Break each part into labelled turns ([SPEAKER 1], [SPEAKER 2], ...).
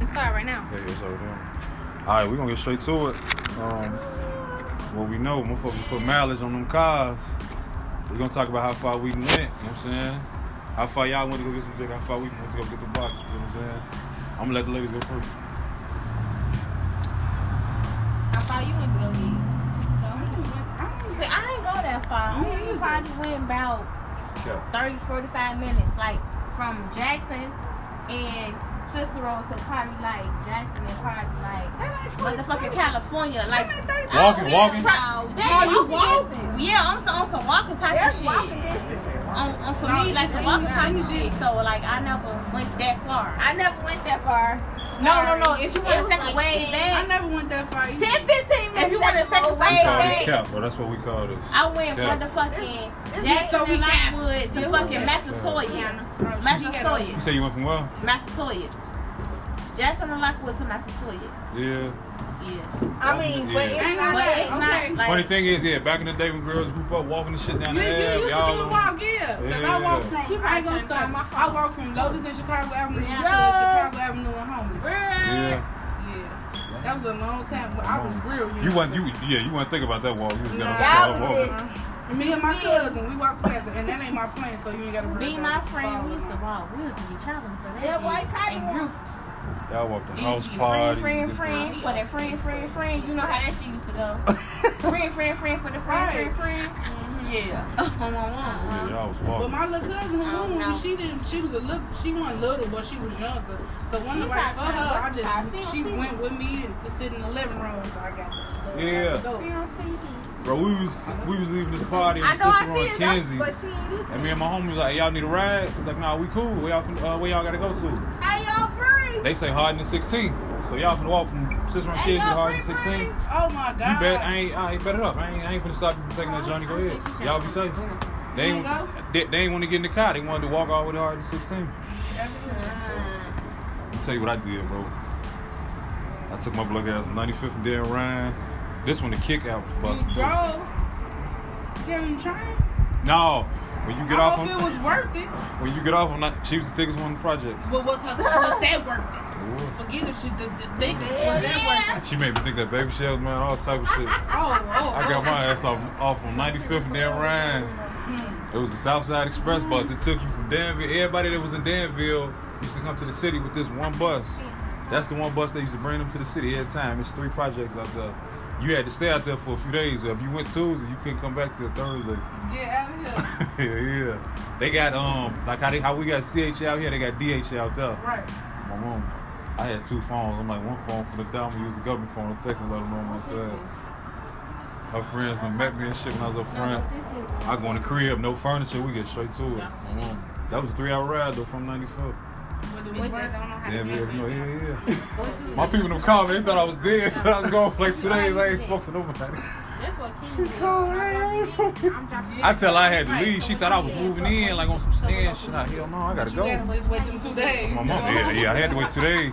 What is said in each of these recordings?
[SPEAKER 1] now.
[SPEAKER 2] Yeah, it's over there. All right, we're gonna get straight to it. Um, what we know, motherfucker, we put mileage on them cars. We're gonna talk about how far we went, you know what I'm saying? How far y'all went to go get some dick, how far we went to go get the box, you know what I'm saying? I'm gonna let the ladies go first.
[SPEAKER 3] How far you went to go get? I don't even- I don't even- I ain't go that far. I only probably went about
[SPEAKER 2] Yeah.
[SPEAKER 3] 30, 45 minutes, like from Jackson and Cicero to probably like Jackson and probably like motherfucking California. Like
[SPEAKER 2] Walking, walking.
[SPEAKER 3] Pro-
[SPEAKER 4] That's
[SPEAKER 3] yeah, you
[SPEAKER 4] walking
[SPEAKER 3] walk.
[SPEAKER 4] distance.
[SPEAKER 3] Yeah, I'm so, on some walking type
[SPEAKER 4] That's
[SPEAKER 3] of
[SPEAKER 4] walking
[SPEAKER 3] shit.
[SPEAKER 4] distance.
[SPEAKER 3] On, on for
[SPEAKER 4] No,
[SPEAKER 3] me, like
[SPEAKER 4] you
[SPEAKER 3] some
[SPEAKER 4] ain't
[SPEAKER 3] walking
[SPEAKER 4] got
[SPEAKER 3] type of
[SPEAKER 4] shit.
[SPEAKER 3] shit. So like I never went that far.
[SPEAKER 4] I never went that far.
[SPEAKER 3] no, no, no. If you want
[SPEAKER 4] It
[SPEAKER 3] to
[SPEAKER 4] was
[SPEAKER 3] take a
[SPEAKER 4] like
[SPEAKER 3] way
[SPEAKER 4] 10.
[SPEAKER 1] I
[SPEAKER 3] back,
[SPEAKER 1] never went that far. either.
[SPEAKER 3] 10, 15 minutes.
[SPEAKER 4] If you
[SPEAKER 3] you want to
[SPEAKER 4] wanna take a
[SPEAKER 3] take a way
[SPEAKER 4] way
[SPEAKER 2] We call this
[SPEAKER 3] back.
[SPEAKER 2] cap, bro. That's what we call this.
[SPEAKER 3] I went
[SPEAKER 2] Cap.
[SPEAKER 3] motherfucking
[SPEAKER 4] This- this
[SPEAKER 3] Jackson
[SPEAKER 1] so we
[SPEAKER 3] and
[SPEAKER 1] cap.
[SPEAKER 3] Lockwood to
[SPEAKER 1] Yeah,
[SPEAKER 3] fucking
[SPEAKER 1] we
[SPEAKER 3] Massasoit.
[SPEAKER 1] Bro, she got a-
[SPEAKER 2] You
[SPEAKER 3] Massasoit.
[SPEAKER 2] say you went from where?
[SPEAKER 3] Massasoit. Jackson and Lockwood to Massasoit.
[SPEAKER 2] Yeah.
[SPEAKER 3] Yeah.
[SPEAKER 4] I mean, but
[SPEAKER 2] Yeah.
[SPEAKER 4] it's
[SPEAKER 1] Ain't
[SPEAKER 4] not
[SPEAKER 1] gonna
[SPEAKER 3] But
[SPEAKER 1] Okay,
[SPEAKER 3] it's
[SPEAKER 4] that.
[SPEAKER 1] lie. okay.
[SPEAKER 3] not like.
[SPEAKER 2] Funny thing is, yeah, back in the day when girls group up, walking the shit down
[SPEAKER 1] You,
[SPEAKER 2] the
[SPEAKER 1] you
[SPEAKER 2] alley,
[SPEAKER 1] used to
[SPEAKER 2] y'all
[SPEAKER 1] do the
[SPEAKER 2] on-
[SPEAKER 1] walk, yeah. 'Cause I walk
[SPEAKER 2] Yeah.
[SPEAKER 1] from,
[SPEAKER 3] She
[SPEAKER 1] I ain't
[SPEAKER 3] probably
[SPEAKER 1] gonna
[SPEAKER 3] trying to
[SPEAKER 1] stop. I walk from Lotus and Chicago Avenue
[SPEAKER 3] Yeah.
[SPEAKER 1] down to Chicago Avenue and Homeless.
[SPEAKER 2] Yeah.
[SPEAKER 1] Yeah. That was a long time, but I was real.
[SPEAKER 2] You
[SPEAKER 1] young.
[SPEAKER 2] want you yeah, you want to think about that walk. You was gonna
[SPEAKER 1] Nah.
[SPEAKER 4] That
[SPEAKER 2] start
[SPEAKER 4] was
[SPEAKER 2] walking.
[SPEAKER 4] it.
[SPEAKER 1] Me and my cousin, we walk together, and that ain't my plan, so you ain't gotta worry
[SPEAKER 3] Be my
[SPEAKER 1] about it.
[SPEAKER 3] friend. We used to walk. We used to be traveling for that.
[SPEAKER 4] That white
[SPEAKER 3] in
[SPEAKER 4] cotton
[SPEAKER 3] groups.
[SPEAKER 2] Y'all walked the
[SPEAKER 3] It used
[SPEAKER 2] house
[SPEAKER 3] to be
[SPEAKER 2] party.
[SPEAKER 3] Friend, friend, friend. For that friend, friend, friend. You know how that shit used to go. friend, friend, friend. For the friend,
[SPEAKER 1] Right.
[SPEAKER 3] friend, friend. Yeah. One on one.
[SPEAKER 2] Yeah, y'all was
[SPEAKER 1] But
[SPEAKER 2] walking.
[SPEAKER 1] my little cousin,
[SPEAKER 3] I don't
[SPEAKER 1] who
[SPEAKER 3] know.
[SPEAKER 1] knew she didn't, she was a little, she wasn't little, but she was younger. So when
[SPEAKER 3] You
[SPEAKER 1] the right for
[SPEAKER 3] probably
[SPEAKER 1] her, I
[SPEAKER 3] trying to watch the
[SPEAKER 1] just
[SPEAKER 3] house. She
[SPEAKER 1] she
[SPEAKER 3] don't
[SPEAKER 1] went with me to sit in the living room, so I got. the-
[SPEAKER 2] Yeah.
[SPEAKER 1] the-
[SPEAKER 4] You don't see me.
[SPEAKER 2] Bro, we was we was leaving this party
[SPEAKER 4] I
[SPEAKER 2] at
[SPEAKER 4] know
[SPEAKER 2] Cicero
[SPEAKER 4] I see
[SPEAKER 2] and
[SPEAKER 4] it, though,
[SPEAKER 2] Kenzie.
[SPEAKER 4] but she ain't used
[SPEAKER 2] And me and my homie was like, y'all need a ride? He's like, nah, we cool. Where y'all, fin- uh, where y'all gotta go to?
[SPEAKER 4] Hey, y'all, breathe.
[SPEAKER 2] They say Hardin and 16th. So y'all finna walk from Cicero and Kenzie to Hardin 16th? You
[SPEAKER 1] Oh my God.
[SPEAKER 2] bet, I ain't, I ain't bet it up. I ain't, I ain't finna stop you from taking that Johnny. Go ahead. Y'all be safe. They
[SPEAKER 1] You
[SPEAKER 2] ain't,
[SPEAKER 1] wanna
[SPEAKER 2] they, they ain't wanna get in the car. They wanted to walk all the way to Hardin 16th. I'll tell you what I did, bro. I took my blood ass 95th and Dan Ryan. This one, the kick out was
[SPEAKER 1] You
[SPEAKER 2] busted. too.
[SPEAKER 1] drove. You got on the train.
[SPEAKER 2] No, when you get
[SPEAKER 1] I
[SPEAKER 2] off
[SPEAKER 1] hope
[SPEAKER 2] on
[SPEAKER 1] it was worth it.
[SPEAKER 2] when you get off on that, she was the thickest one in the project.
[SPEAKER 1] But was her was that worth it? Forget if she the, the, they was that worth it.
[SPEAKER 2] She made me think that baby shells, man, all type of shit.
[SPEAKER 1] Oh, oh,
[SPEAKER 2] I got my ass off off on 95th and Dan Ryan. It was the Southside Express bus. It took you from Danville. Everybody that was in Danville used to come to the city with this one bus. That's the one bus they used to bring them to the city every time. It's three projects out there. You had to stay out there for a few days. If you went Tuesday, you couldn't come back till Thursday.
[SPEAKER 1] Get out of here.
[SPEAKER 2] yeah, yeah. They got um like how they how we got CH out here, they got DH out there.
[SPEAKER 1] Right.
[SPEAKER 2] My mom, I had two phones. I'm like one phone for the dumb, use the government phone to text and let them know what I said. Her friends done met me and shit when I was up front. I go in the crib, no furniture, we get straight to it. My mom. That was a three hour ride though from 94.
[SPEAKER 1] But it was worth it.
[SPEAKER 2] Yeah, yeah, no, yeah, yeah. My people in the car, man, they thought I was dead. I was going for like two days, I ain't spoke to nobody.
[SPEAKER 3] That's what Kenny did.
[SPEAKER 2] cold,
[SPEAKER 3] I'm dropping- I'm dropping-
[SPEAKER 2] I tell her I had to leave. She thought I was moving in like on some stand shit. I hell no, I gotta
[SPEAKER 1] You
[SPEAKER 2] go.
[SPEAKER 1] gotta just wait them two days.
[SPEAKER 2] My
[SPEAKER 1] to
[SPEAKER 2] mom,
[SPEAKER 1] go.
[SPEAKER 2] yeah, yeah, I had to wait two days.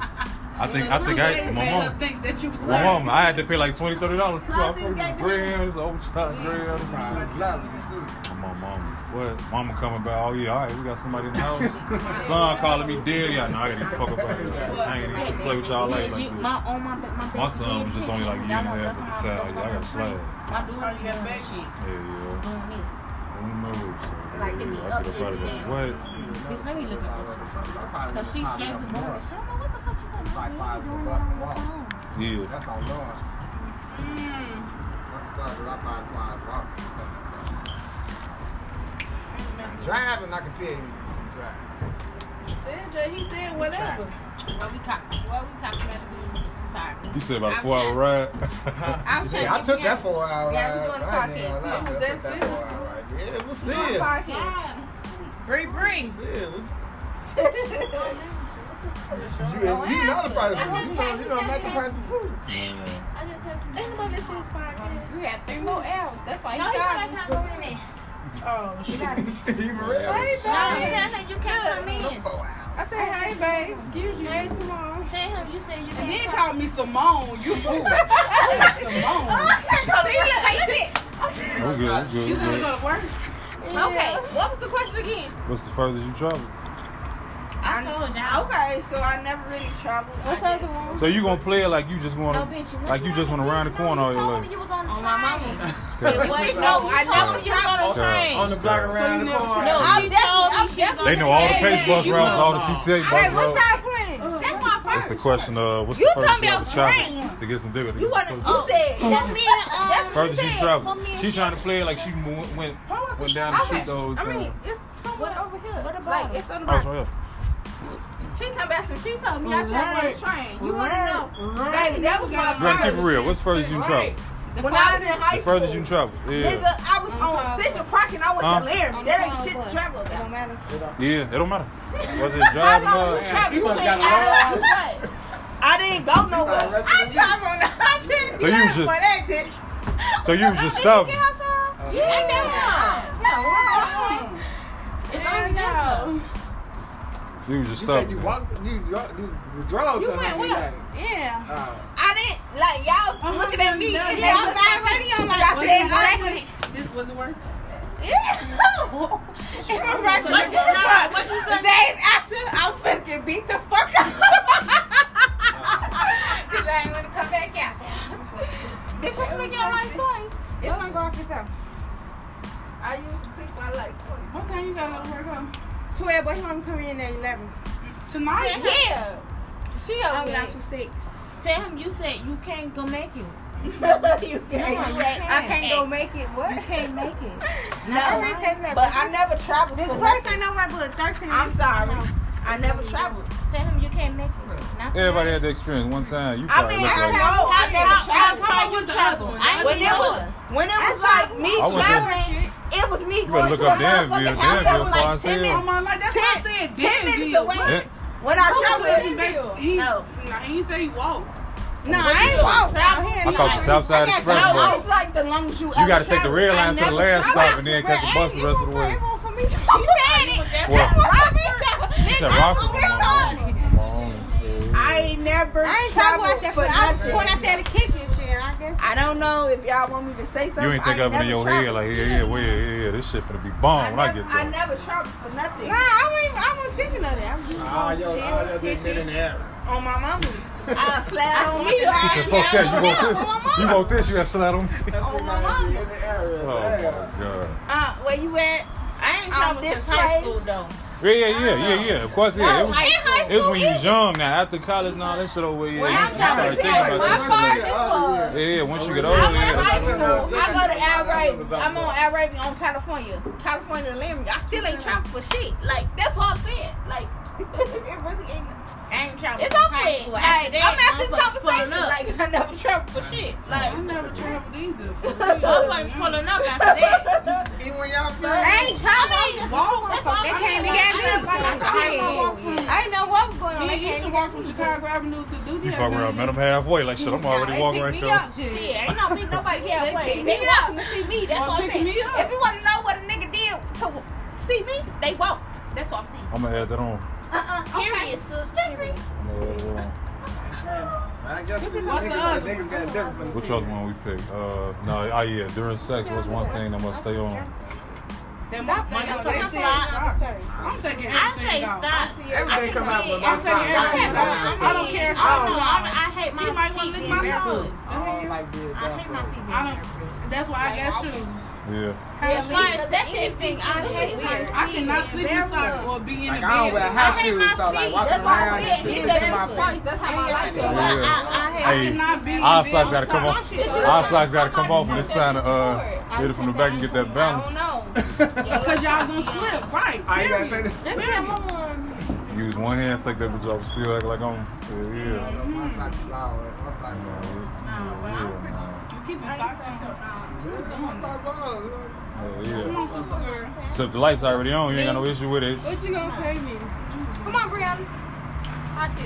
[SPEAKER 2] I think, I think I, my
[SPEAKER 1] made her
[SPEAKER 2] mom,
[SPEAKER 1] think that you was
[SPEAKER 2] my
[SPEAKER 1] lying.
[SPEAKER 2] mom, I had to pay like twenty, thirty dollars. So I
[SPEAKER 4] Something
[SPEAKER 2] purchased
[SPEAKER 4] got to
[SPEAKER 2] grams, overcharged grams. My mom, what? Mama coming back? Oh yeah, all right, we got somebody in the house. Son calling me daddy. I know I gotta fuck up out here. I ain't even play with y'all like,
[SPEAKER 3] Yeah, you-
[SPEAKER 2] like this.
[SPEAKER 3] my, on my, ba- my,
[SPEAKER 2] My son was just only like a year and a half at the time. Yeah, I got
[SPEAKER 3] slapped.
[SPEAKER 2] slapped.
[SPEAKER 3] My daughter
[SPEAKER 1] Oh, you got
[SPEAKER 3] doing
[SPEAKER 1] back?
[SPEAKER 3] shit.
[SPEAKER 2] Yeah, yeah.
[SPEAKER 3] Doing this.
[SPEAKER 2] Who knows?
[SPEAKER 4] Like,
[SPEAKER 2] Yeah,
[SPEAKER 4] give me
[SPEAKER 2] yeah, I could have
[SPEAKER 4] up every
[SPEAKER 2] probably got
[SPEAKER 4] day.
[SPEAKER 2] what?
[SPEAKER 3] Bitch, let me look at this. shit. Cause she slapped the boy. She don't know what the fuck she gonna do.
[SPEAKER 5] Like five of the
[SPEAKER 3] Doing
[SPEAKER 5] bus and
[SPEAKER 3] it on
[SPEAKER 5] walk.
[SPEAKER 3] the phone.
[SPEAKER 2] Yeah.
[SPEAKER 5] That's on Lawrence.
[SPEAKER 1] Mm.
[SPEAKER 5] That's why I buy five walking. Driving, I can tell you. some driving.
[SPEAKER 1] Sandra, he said whatever.
[SPEAKER 3] What we talk, what we talking about today? I'm tired.
[SPEAKER 2] You said about a
[SPEAKER 3] I'm
[SPEAKER 2] four hour
[SPEAKER 3] trying-
[SPEAKER 2] ride.
[SPEAKER 3] I'm
[SPEAKER 5] Shit,
[SPEAKER 3] trying
[SPEAKER 5] I
[SPEAKER 3] to
[SPEAKER 5] took
[SPEAKER 3] get-
[SPEAKER 5] that for a while.
[SPEAKER 4] Yeah, we doing the podcast.
[SPEAKER 1] It was that serious.
[SPEAKER 5] Yeah, it was
[SPEAKER 4] Doing
[SPEAKER 5] serious.
[SPEAKER 4] podcast.
[SPEAKER 3] Bree Bree.
[SPEAKER 5] Yeah, it was- You,
[SPEAKER 4] Don't
[SPEAKER 5] you
[SPEAKER 4] answer.
[SPEAKER 5] not the person.
[SPEAKER 4] That's
[SPEAKER 5] You
[SPEAKER 4] okay.
[SPEAKER 5] know, you know, not the person.
[SPEAKER 1] Anybody that's inspired?
[SPEAKER 3] You had three more L's. That's why he started.
[SPEAKER 1] Oh, shit.
[SPEAKER 5] Even real.
[SPEAKER 1] Hey,
[SPEAKER 3] No, you
[SPEAKER 1] babe.
[SPEAKER 3] tell him you can't come in.
[SPEAKER 1] I said, hey, babe. Excuse you. Hey, Simone.
[SPEAKER 3] Tell him you said you
[SPEAKER 1] And then
[SPEAKER 3] can't.
[SPEAKER 1] call me Simone. You boo. Hey, Simone.
[SPEAKER 3] come in.
[SPEAKER 2] We're good, we're
[SPEAKER 1] You
[SPEAKER 2] good,
[SPEAKER 1] gonna
[SPEAKER 2] we're good.
[SPEAKER 1] go to work?
[SPEAKER 4] Okay, what was the question again?
[SPEAKER 2] What's the furthest you traveled?
[SPEAKER 3] I told y'all.
[SPEAKER 6] Okay, so I never really traveled.
[SPEAKER 7] What's
[SPEAKER 6] I
[SPEAKER 7] up,
[SPEAKER 6] just-
[SPEAKER 7] Duane?
[SPEAKER 2] So you gonna play it like you just
[SPEAKER 3] No,
[SPEAKER 2] wanna,
[SPEAKER 3] bitch. what
[SPEAKER 2] like you just
[SPEAKER 3] want?
[SPEAKER 2] went around the
[SPEAKER 3] Bitch,
[SPEAKER 2] corner
[SPEAKER 3] no,
[SPEAKER 2] all
[SPEAKER 3] you
[SPEAKER 2] your
[SPEAKER 3] told
[SPEAKER 2] life.
[SPEAKER 3] me You was on the
[SPEAKER 6] On my
[SPEAKER 3] train.
[SPEAKER 6] mama.
[SPEAKER 2] Okay.
[SPEAKER 6] Wait,
[SPEAKER 3] No, I
[SPEAKER 6] no, I
[SPEAKER 3] never was
[SPEAKER 6] never
[SPEAKER 3] on
[SPEAKER 6] traveled.
[SPEAKER 3] the
[SPEAKER 2] Yeah.
[SPEAKER 3] train.
[SPEAKER 8] On the block around the
[SPEAKER 3] No, she
[SPEAKER 6] I'm
[SPEAKER 8] corner.
[SPEAKER 6] definitely-
[SPEAKER 3] told
[SPEAKER 6] I'm
[SPEAKER 3] me she was on
[SPEAKER 2] They
[SPEAKER 3] the
[SPEAKER 2] know all the
[SPEAKER 3] train.
[SPEAKER 2] pace bus
[SPEAKER 8] you
[SPEAKER 2] routes,
[SPEAKER 8] know
[SPEAKER 2] all the CTA
[SPEAKER 8] about.
[SPEAKER 6] All
[SPEAKER 2] bus
[SPEAKER 6] right, what's
[SPEAKER 2] routes.
[SPEAKER 6] y'all playing?
[SPEAKER 3] That's my
[SPEAKER 2] It's
[SPEAKER 3] first.
[SPEAKER 2] the question of what's
[SPEAKER 6] You
[SPEAKER 2] the first
[SPEAKER 6] talking
[SPEAKER 2] you ever
[SPEAKER 6] about
[SPEAKER 2] traveled
[SPEAKER 6] train.
[SPEAKER 2] to get some dick?
[SPEAKER 6] You Oh. want to?
[SPEAKER 3] Oh.
[SPEAKER 6] You said that's me. uh, That's what you
[SPEAKER 2] Further she
[SPEAKER 6] said.
[SPEAKER 2] traveled. She trying to play it like she mo- went went down the street the whole
[SPEAKER 6] I mean,
[SPEAKER 2] time.
[SPEAKER 6] it's somewhere over here.
[SPEAKER 3] what about
[SPEAKER 6] like
[SPEAKER 3] it? Oh,
[SPEAKER 6] it's on the
[SPEAKER 2] I was right
[SPEAKER 6] right.
[SPEAKER 2] here.
[SPEAKER 6] She's not bashing. She told me I traveled on the train. You want to know, baby? That was my
[SPEAKER 2] You gotta keep it
[SPEAKER 6] first.
[SPEAKER 2] real. What's the furthest you can travel?
[SPEAKER 6] When I was in high
[SPEAKER 2] The
[SPEAKER 6] school,
[SPEAKER 2] furthest you can Uh-huh. travel.
[SPEAKER 6] nigga,
[SPEAKER 2] Yeah,
[SPEAKER 6] I was on Central Park and I was
[SPEAKER 2] Huh?
[SPEAKER 6] in Larry. That ain't shit to travel
[SPEAKER 7] It don't
[SPEAKER 6] about.
[SPEAKER 7] matter.
[SPEAKER 2] yeah. It don't matter. Whether it's
[SPEAKER 6] How
[SPEAKER 2] driving
[SPEAKER 6] long
[SPEAKER 2] or
[SPEAKER 6] you
[SPEAKER 8] she
[SPEAKER 6] travel? You
[SPEAKER 8] must
[SPEAKER 6] went
[SPEAKER 8] got a
[SPEAKER 6] out of what? I didn't go nowhere.
[SPEAKER 8] I
[SPEAKER 6] traveled on the I didn't
[SPEAKER 2] So you
[SPEAKER 6] travel
[SPEAKER 2] was just-
[SPEAKER 6] for that dick.
[SPEAKER 2] so you was just
[SPEAKER 6] Did
[SPEAKER 2] south.
[SPEAKER 6] you get her some?
[SPEAKER 3] Yeah.
[SPEAKER 6] Yeah.
[SPEAKER 3] It's on the
[SPEAKER 2] You was just
[SPEAKER 8] You
[SPEAKER 2] south.
[SPEAKER 8] said you walked, you, you, you withdrawal
[SPEAKER 6] You
[SPEAKER 8] to her.
[SPEAKER 6] went
[SPEAKER 8] You
[SPEAKER 6] where?
[SPEAKER 8] like,
[SPEAKER 7] Yeah.
[SPEAKER 8] uh,
[SPEAKER 6] I didn't like y'all was looking at me and they was already on like I
[SPEAKER 1] Was
[SPEAKER 6] said I
[SPEAKER 1] it worth
[SPEAKER 6] was
[SPEAKER 1] it? This was it worth it?
[SPEAKER 6] yeah. it was right to
[SPEAKER 3] What you said? What you
[SPEAKER 6] the days after I was finna get beat the fuck up. Cause I ain't wanna come back out there. Did you click your life twice? It's my girlfriend's house. I used to click my life twice.
[SPEAKER 1] What time you got out of work home?
[SPEAKER 7] Twelve, but I'm coming in at eleven.
[SPEAKER 1] Tonight?
[SPEAKER 6] Yeah. She
[SPEAKER 7] I
[SPEAKER 6] up
[SPEAKER 7] was out
[SPEAKER 6] there.
[SPEAKER 7] till six.
[SPEAKER 3] Tell him you said you can't go make it.
[SPEAKER 6] you can't.
[SPEAKER 7] I can't go make it. What?
[SPEAKER 3] You can't make it.
[SPEAKER 6] No, but I never traveled.
[SPEAKER 7] This
[SPEAKER 6] for
[SPEAKER 7] place
[SPEAKER 6] nothing.
[SPEAKER 7] ain't on my book. Thirteen.
[SPEAKER 6] I'm sorry. I never traveled.
[SPEAKER 3] Tell him you can't make it. Not
[SPEAKER 2] Everybody had the experience one time. You
[SPEAKER 6] I
[SPEAKER 2] probably
[SPEAKER 6] mean,
[SPEAKER 2] looked
[SPEAKER 6] I
[SPEAKER 2] like.
[SPEAKER 6] know I never traveled.
[SPEAKER 1] How you travel?
[SPEAKER 3] I ain't
[SPEAKER 6] When it
[SPEAKER 3] seen
[SPEAKER 6] was,
[SPEAKER 3] yours.
[SPEAKER 6] when it was
[SPEAKER 7] I
[SPEAKER 6] like me
[SPEAKER 2] I went to-
[SPEAKER 6] traveling, it was me
[SPEAKER 2] better
[SPEAKER 6] going
[SPEAKER 2] look
[SPEAKER 6] to a
[SPEAKER 2] up Danville.
[SPEAKER 6] motherfucking house that
[SPEAKER 2] Danville, before
[SPEAKER 6] was
[SPEAKER 2] I
[SPEAKER 6] like
[SPEAKER 2] say it.
[SPEAKER 6] ten
[SPEAKER 1] Oh
[SPEAKER 6] minutes.
[SPEAKER 1] my life, that's what I said.
[SPEAKER 6] Ten- ten
[SPEAKER 1] Damn,
[SPEAKER 6] minutes
[SPEAKER 1] Jill,
[SPEAKER 6] away.
[SPEAKER 1] what?
[SPEAKER 2] Yeah.
[SPEAKER 6] When I
[SPEAKER 1] He,
[SPEAKER 6] traveled,
[SPEAKER 1] ba- he,
[SPEAKER 6] No.
[SPEAKER 1] nah, he said he walked.
[SPEAKER 6] no, I ain't walked.
[SPEAKER 7] Out here.
[SPEAKER 2] I caught the Southside
[SPEAKER 6] I got
[SPEAKER 2] Express
[SPEAKER 6] no, I
[SPEAKER 2] bus.
[SPEAKER 6] was like the longest you ever
[SPEAKER 2] You gotta take the red
[SPEAKER 6] traveled. I
[SPEAKER 2] line to the
[SPEAKER 6] never
[SPEAKER 2] last
[SPEAKER 6] traveled.
[SPEAKER 2] stop and then catch the bus the rest of the way.
[SPEAKER 7] For me.
[SPEAKER 6] She said it.
[SPEAKER 2] What?
[SPEAKER 6] Robert,
[SPEAKER 2] She said,
[SPEAKER 6] nigga,
[SPEAKER 2] "Rock
[SPEAKER 6] I'm
[SPEAKER 2] with
[SPEAKER 6] real
[SPEAKER 2] my
[SPEAKER 6] honest.
[SPEAKER 2] mom."
[SPEAKER 6] I ain't never
[SPEAKER 7] I ain't travel out
[SPEAKER 6] traveled
[SPEAKER 7] there. I
[SPEAKER 6] for
[SPEAKER 7] was
[SPEAKER 6] nothing.
[SPEAKER 7] going out there to kick and shit. I guess.
[SPEAKER 6] I don't know if y'all want me to say something.
[SPEAKER 2] You ain't think
[SPEAKER 6] I
[SPEAKER 2] of it in
[SPEAKER 6] never
[SPEAKER 2] your
[SPEAKER 6] traveled.
[SPEAKER 2] head like, yeah, yeah, well, yeah, yeah, yeah, this shit finna be bomb when I
[SPEAKER 6] never-
[SPEAKER 2] get
[SPEAKER 6] I
[SPEAKER 2] there.
[SPEAKER 6] never traveled for nothing.
[SPEAKER 7] Nah, I wasn't. I wasn't thinking of that. I'm just
[SPEAKER 8] all
[SPEAKER 7] going
[SPEAKER 8] your,
[SPEAKER 7] to
[SPEAKER 8] all your
[SPEAKER 7] chill,
[SPEAKER 8] big men in
[SPEAKER 7] kick
[SPEAKER 8] the air.
[SPEAKER 6] On my mama. I slap on me.
[SPEAKER 2] She
[SPEAKER 6] I
[SPEAKER 2] said, fuck that, you want
[SPEAKER 6] on
[SPEAKER 2] this?
[SPEAKER 6] my mama.
[SPEAKER 2] You want this, you have slide on me.
[SPEAKER 8] Oh,
[SPEAKER 6] my mama.
[SPEAKER 8] In the area.
[SPEAKER 2] Oh,
[SPEAKER 8] damn.
[SPEAKER 2] my God.
[SPEAKER 6] Uh, where you at?
[SPEAKER 3] I ain't
[SPEAKER 6] Out
[SPEAKER 3] traveled
[SPEAKER 6] this
[SPEAKER 3] since high
[SPEAKER 6] place.
[SPEAKER 3] school though.
[SPEAKER 2] Yeah, yeah, yeah, yeah, yeah. Of course, yeah. It was,
[SPEAKER 6] in high
[SPEAKER 2] it's
[SPEAKER 6] school,
[SPEAKER 2] when you was young now. After college, now that shit over. Yeah,
[SPEAKER 6] When
[SPEAKER 2] you
[SPEAKER 6] I'm trying
[SPEAKER 2] start
[SPEAKER 6] to
[SPEAKER 2] thinking
[SPEAKER 6] tell you,
[SPEAKER 2] about
[SPEAKER 6] my
[SPEAKER 2] that
[SPEAKER 6] father
[SPEAKER 2] shit.
[SPEAKER 6] is
[SPEAKER 2] Yeah, yeah.
[SPEAKER 8] Oh,
[SPEAKER 2] Once you get older,
[SPEAKER 6] I'm in
[SPEAKER 2] yeah.
[SPEAKER 6] high school. I go to Al Raven. I'm on Al Raven on California. California Lemon. I still ain't traveled for shit. Like, that's what I'm saying. Like, it really ain't.
[SPEAKER 3] I ain't traveled
[SPEAKER 6] It's
[SPEAKER 3] since
[SPEAKER 6] over
[SPEAKER 3] high
[SPEAKER 6] with.
[SPEAKER 3] school.
[SPEAKER 6] Like,
[SPEAKER 3] After
[SPEAKER 6] I'm
[SPEAKER 3] that,
[SPEAKER 6] after
[SPEAKER 3] I
[SPEAKER 6] this
[SPEAKER 3] was fucking pulling
[SPEAKER 6] conversation.
[SPEAKER 3] up.
[SPEAKER 6] Like, I never traveled for shit.
[SPEAKER 1] I
[SPEAKER 6] Like,
[SPEAKER 1] never traveled either. For
[SPEAKER 6] I
[SPEAKER 1] real.
[SPEAKER 3] I was like pulling up after that.
[SPEAKER 8] Even when y'all was
[SPEAKER 7] I
[SPEAKER 8] young,
[SPEAKER 7] ain't traveling. They came and gave me a
[SPEAKER 1] That's how I
[SPEAKER 7] fucking
[SPEAKER 1] walk
[SPEAKER 7] shit.
[SPEAKER 1] from.
[SPEAKER 7] I didn't know what was going on.
[SPEAKER 1] Me
[SPEAKER 7] They
[SPEAKER 1] and
[SPEAKER 7] came
[SPEAKER 1] Isha
[SPEAKER 7] and
[SPEAKER 1] walked from Chicago Avenue to Duty
[SPEAKER 2] You fuck around, met him halfway. Like shit, I'm already walking right
[SPEAKER 7] picked me
[SPEAKER 2] there.
[SPEAKER 7] up, shit.
[SPEAKER 6] Shit, ain't no meet nobody halfway. They walking to see me. That's
[SPEAKER 1] Well,
[SPEAKER 6] what I'm
[SPEAKER 1] pick
[SPEAKER 6] saying.
[SPEAKER 1] me up.
[SPEAKER 6] If you want to know what a nigga did to see me, they walked. That's what I'm saying.
[SPEAKER 2] I'm gonna add that on.
[SPEAKER 6] Uh uh. Okay.
[SPEAKER 3] Period,
[SPEAKER 6] Excuse me.
[SPEAKER 2] I'm gonna add that on.
[SPEAKER 8] I guess these
[SPEAKER 1] What's the
[SPEAKER 8] niggas,
[SPEAKER 1] other?
[SPEAKER 8] niggas got different from the
[SPEAKER 2] Which other one we picked? Uh, no, oh yeah, during sex was one thing that must stay on.
[SPEAKER 1] That must be
[SPEAKER 3] Motherfucker,
[SPEAKER 1] what they said.
[SPEAKER 3] stop.
[SPEAKER 1] I'm taking
[SPEAKER 3] I say
[SPEAKER 1] everything off.
[SPEAKER 3] stop.
[SPEAKER 8] Everything come out with
[SPEAKER 1] I'm
[SPEAKER 8] my
[SPEAKER 1] taking everything
[SPEAKER 8] side.
[SPEAKER 1] off. I don't care if
[SPEAKER 3] I don't
[SPEAKER 1] I'm
[SPEAKER 3] know.
[SPEAKER 1] wrong.
[SPEAKER 3] I, I hate my
[SPEAKER 1] You might wanna
[SPEAKER 3] feet.
[SPEAKER 1] lick
[SPEAKER 3] being
[SPEAKER 1] my
[SPEAKER 3] barefoot.
[SPEAKER 1] toes.
[SPEAKER 8] I don't like being
[SPEAKER 3] I hate my
[SPEAKER 8] barefoot.
[SPEAKER 3] feet.
[SPEAKER 1] I don't. That's why I got shoes.
[SPEAKER 2] Yeah.
[SPEAKER 3] As far as that shit
[SPEAKER 6] Anything I hate weird.
[SPEAKER 1] I cannot sleep in socks or be in the
[SPEAKER 8] Like,
[SPEAKER 1] bed.
[SPEAKER 8] I don't wear
[SPEAKER 1] with
[SPEAKER 8] high
[SPEAKER 1] socks.
[SPEAKER 8] shoes, so like walking
[SPEAKER 6] That's why
[SPEAKER 8] around
[SPEAKER 6] I'm
[SPEAKER 8] and
[SPEAKER 6] saying.
[SPEAKER 8] shit
[SPEAKER 6] He
[SPEAKER 8] to
[SPEAKER 6] said
[SPEAKER 8] my
[SPEAKER 6] that's
[SPEAKER 8] feet.
[SPEAKER 6] twice. That's how my life is.
[SPEAKER 2] Yeah.
[SPEAKER 1] I
[SPEAKER 2] Hey,
[SPEAKER 1] cannot be. in
[SPEAKER 2] our
[SPEAKER 1] bed
[SPEAKER 2] socks
[SPEAKER 1] with
[SPEAKER 2] gotta come
[SPEAKER 1] socks.
[SPEAKER 2] off. Our socks gotta come off when it's time to uh hit it from the back and get that
[SPEAKER 6] I don't
[SPEAKER 2] balance.
[SPEAKER 6] know.
[SPEAKER 1] Cause y'all gonna slip, right?
[SPEAKER 8] I ain't gotta
[SPEAKER 1] period.
[SPEAKER 8] take
[SPEAKER 7] Let me have my one.
[SPEAKER 2] Use one hand, take that bitch off, still act like I'm. Yeah,
[SPEAKER 8] I
[SPEAKER 2] yeah.
[SPEAKER 8] know my socks loud. My socks loud.
[SPEAKER 1] You keep your socks on.
[SPEAKER 8] Yeah, my socks loud.
[SPEAKER 2] Yeah,
[SPEAKER 1] Come
[SPEAKER 2] yeah.
[SPEAKER 1] on, sister girl.
[SPEAKER 2] So if the light's already on, you ain't got no issue with it. It's-
[SPEAKER 7] What you gonna pay me?
[SPEAKER 6] Come on, Brianna.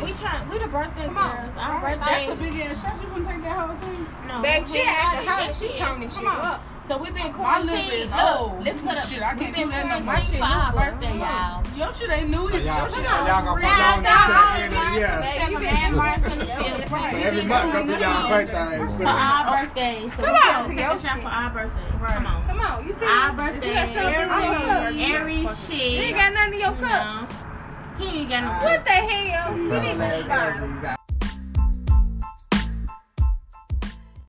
[SPEAKER 3] We trying. We the birthday girls. Our
[SPEAKER 1] That's a
[SPEAKER 3] birthday.
[SPEAKER 1] big ass shot. You gonna take that whole thing?
[SPEAKER 3] No.
[SPEAKER 6] Babe, she at the house.
[SPEAKER 3] She
[SPEAKER 6] She turning shit up.
[SPEAKER 3] So we've been
[SPEAKER 1] My lip is
[SPEAKER 3] quarantined.
[SPEAKER 1] old.
[SPEAKER 3] Look, listen to
[SPEAKER 1] Shit, I
[SPEAKER 3] We've
[SPEAKER 1] can't
[SPEAKER 3] been
[SPEAKER 1] do that no more.
[SPEAKER 3] quarantined for our birthday, y'all.
[SPEAKER 1] Your shit ain't new.
[SPEAKER 8] So
[SPEAKER 1] either.
[SPEAKER 8] y'all,
[SPEAKER 1] Your
[SPEAKER 8] so
[SPEAKER 1] shit
[SPEAKER 8] y'all gonna put on
[SPEAKER 6] Nah,
[SPEAKER 8] that shit every year.
[SPEAKER 6] Baby, you been-
[SPEAKER 8] So every month gonna be y'all birthday.
[SPEAKER 3] For our birthday. So
[SPEAKER 6] Come
[SPEAKER 3] we
[SPEAKER 6] on,
[SPEAKER 3] gotta take a shot for our birthday. Come on.
[SPEAKER 6] Come on, you see?
[SPEAKER 3] Our
[SPEAKER 6] You got something in
[SPEAKER 3] birthday.
[SPEAKER 6] your cup.
[SPEAKER 3] Every shit.
[SPEAKER 6] You ain't got nothing in your
[SPEAKER 3] No.
[SPEAKER 6] cup.
[SPEAKER 9] He ain't got no.
[SPEAKER 8] What the hell?
[SPEAKER 6] She
[SPEAKER 8] You need
[SPEAKER 6] sound
[SPEAKER 8] to
[SPEAKER 6] like
[SPEAKER 8] stop.
[SPEAKER 6] ugly.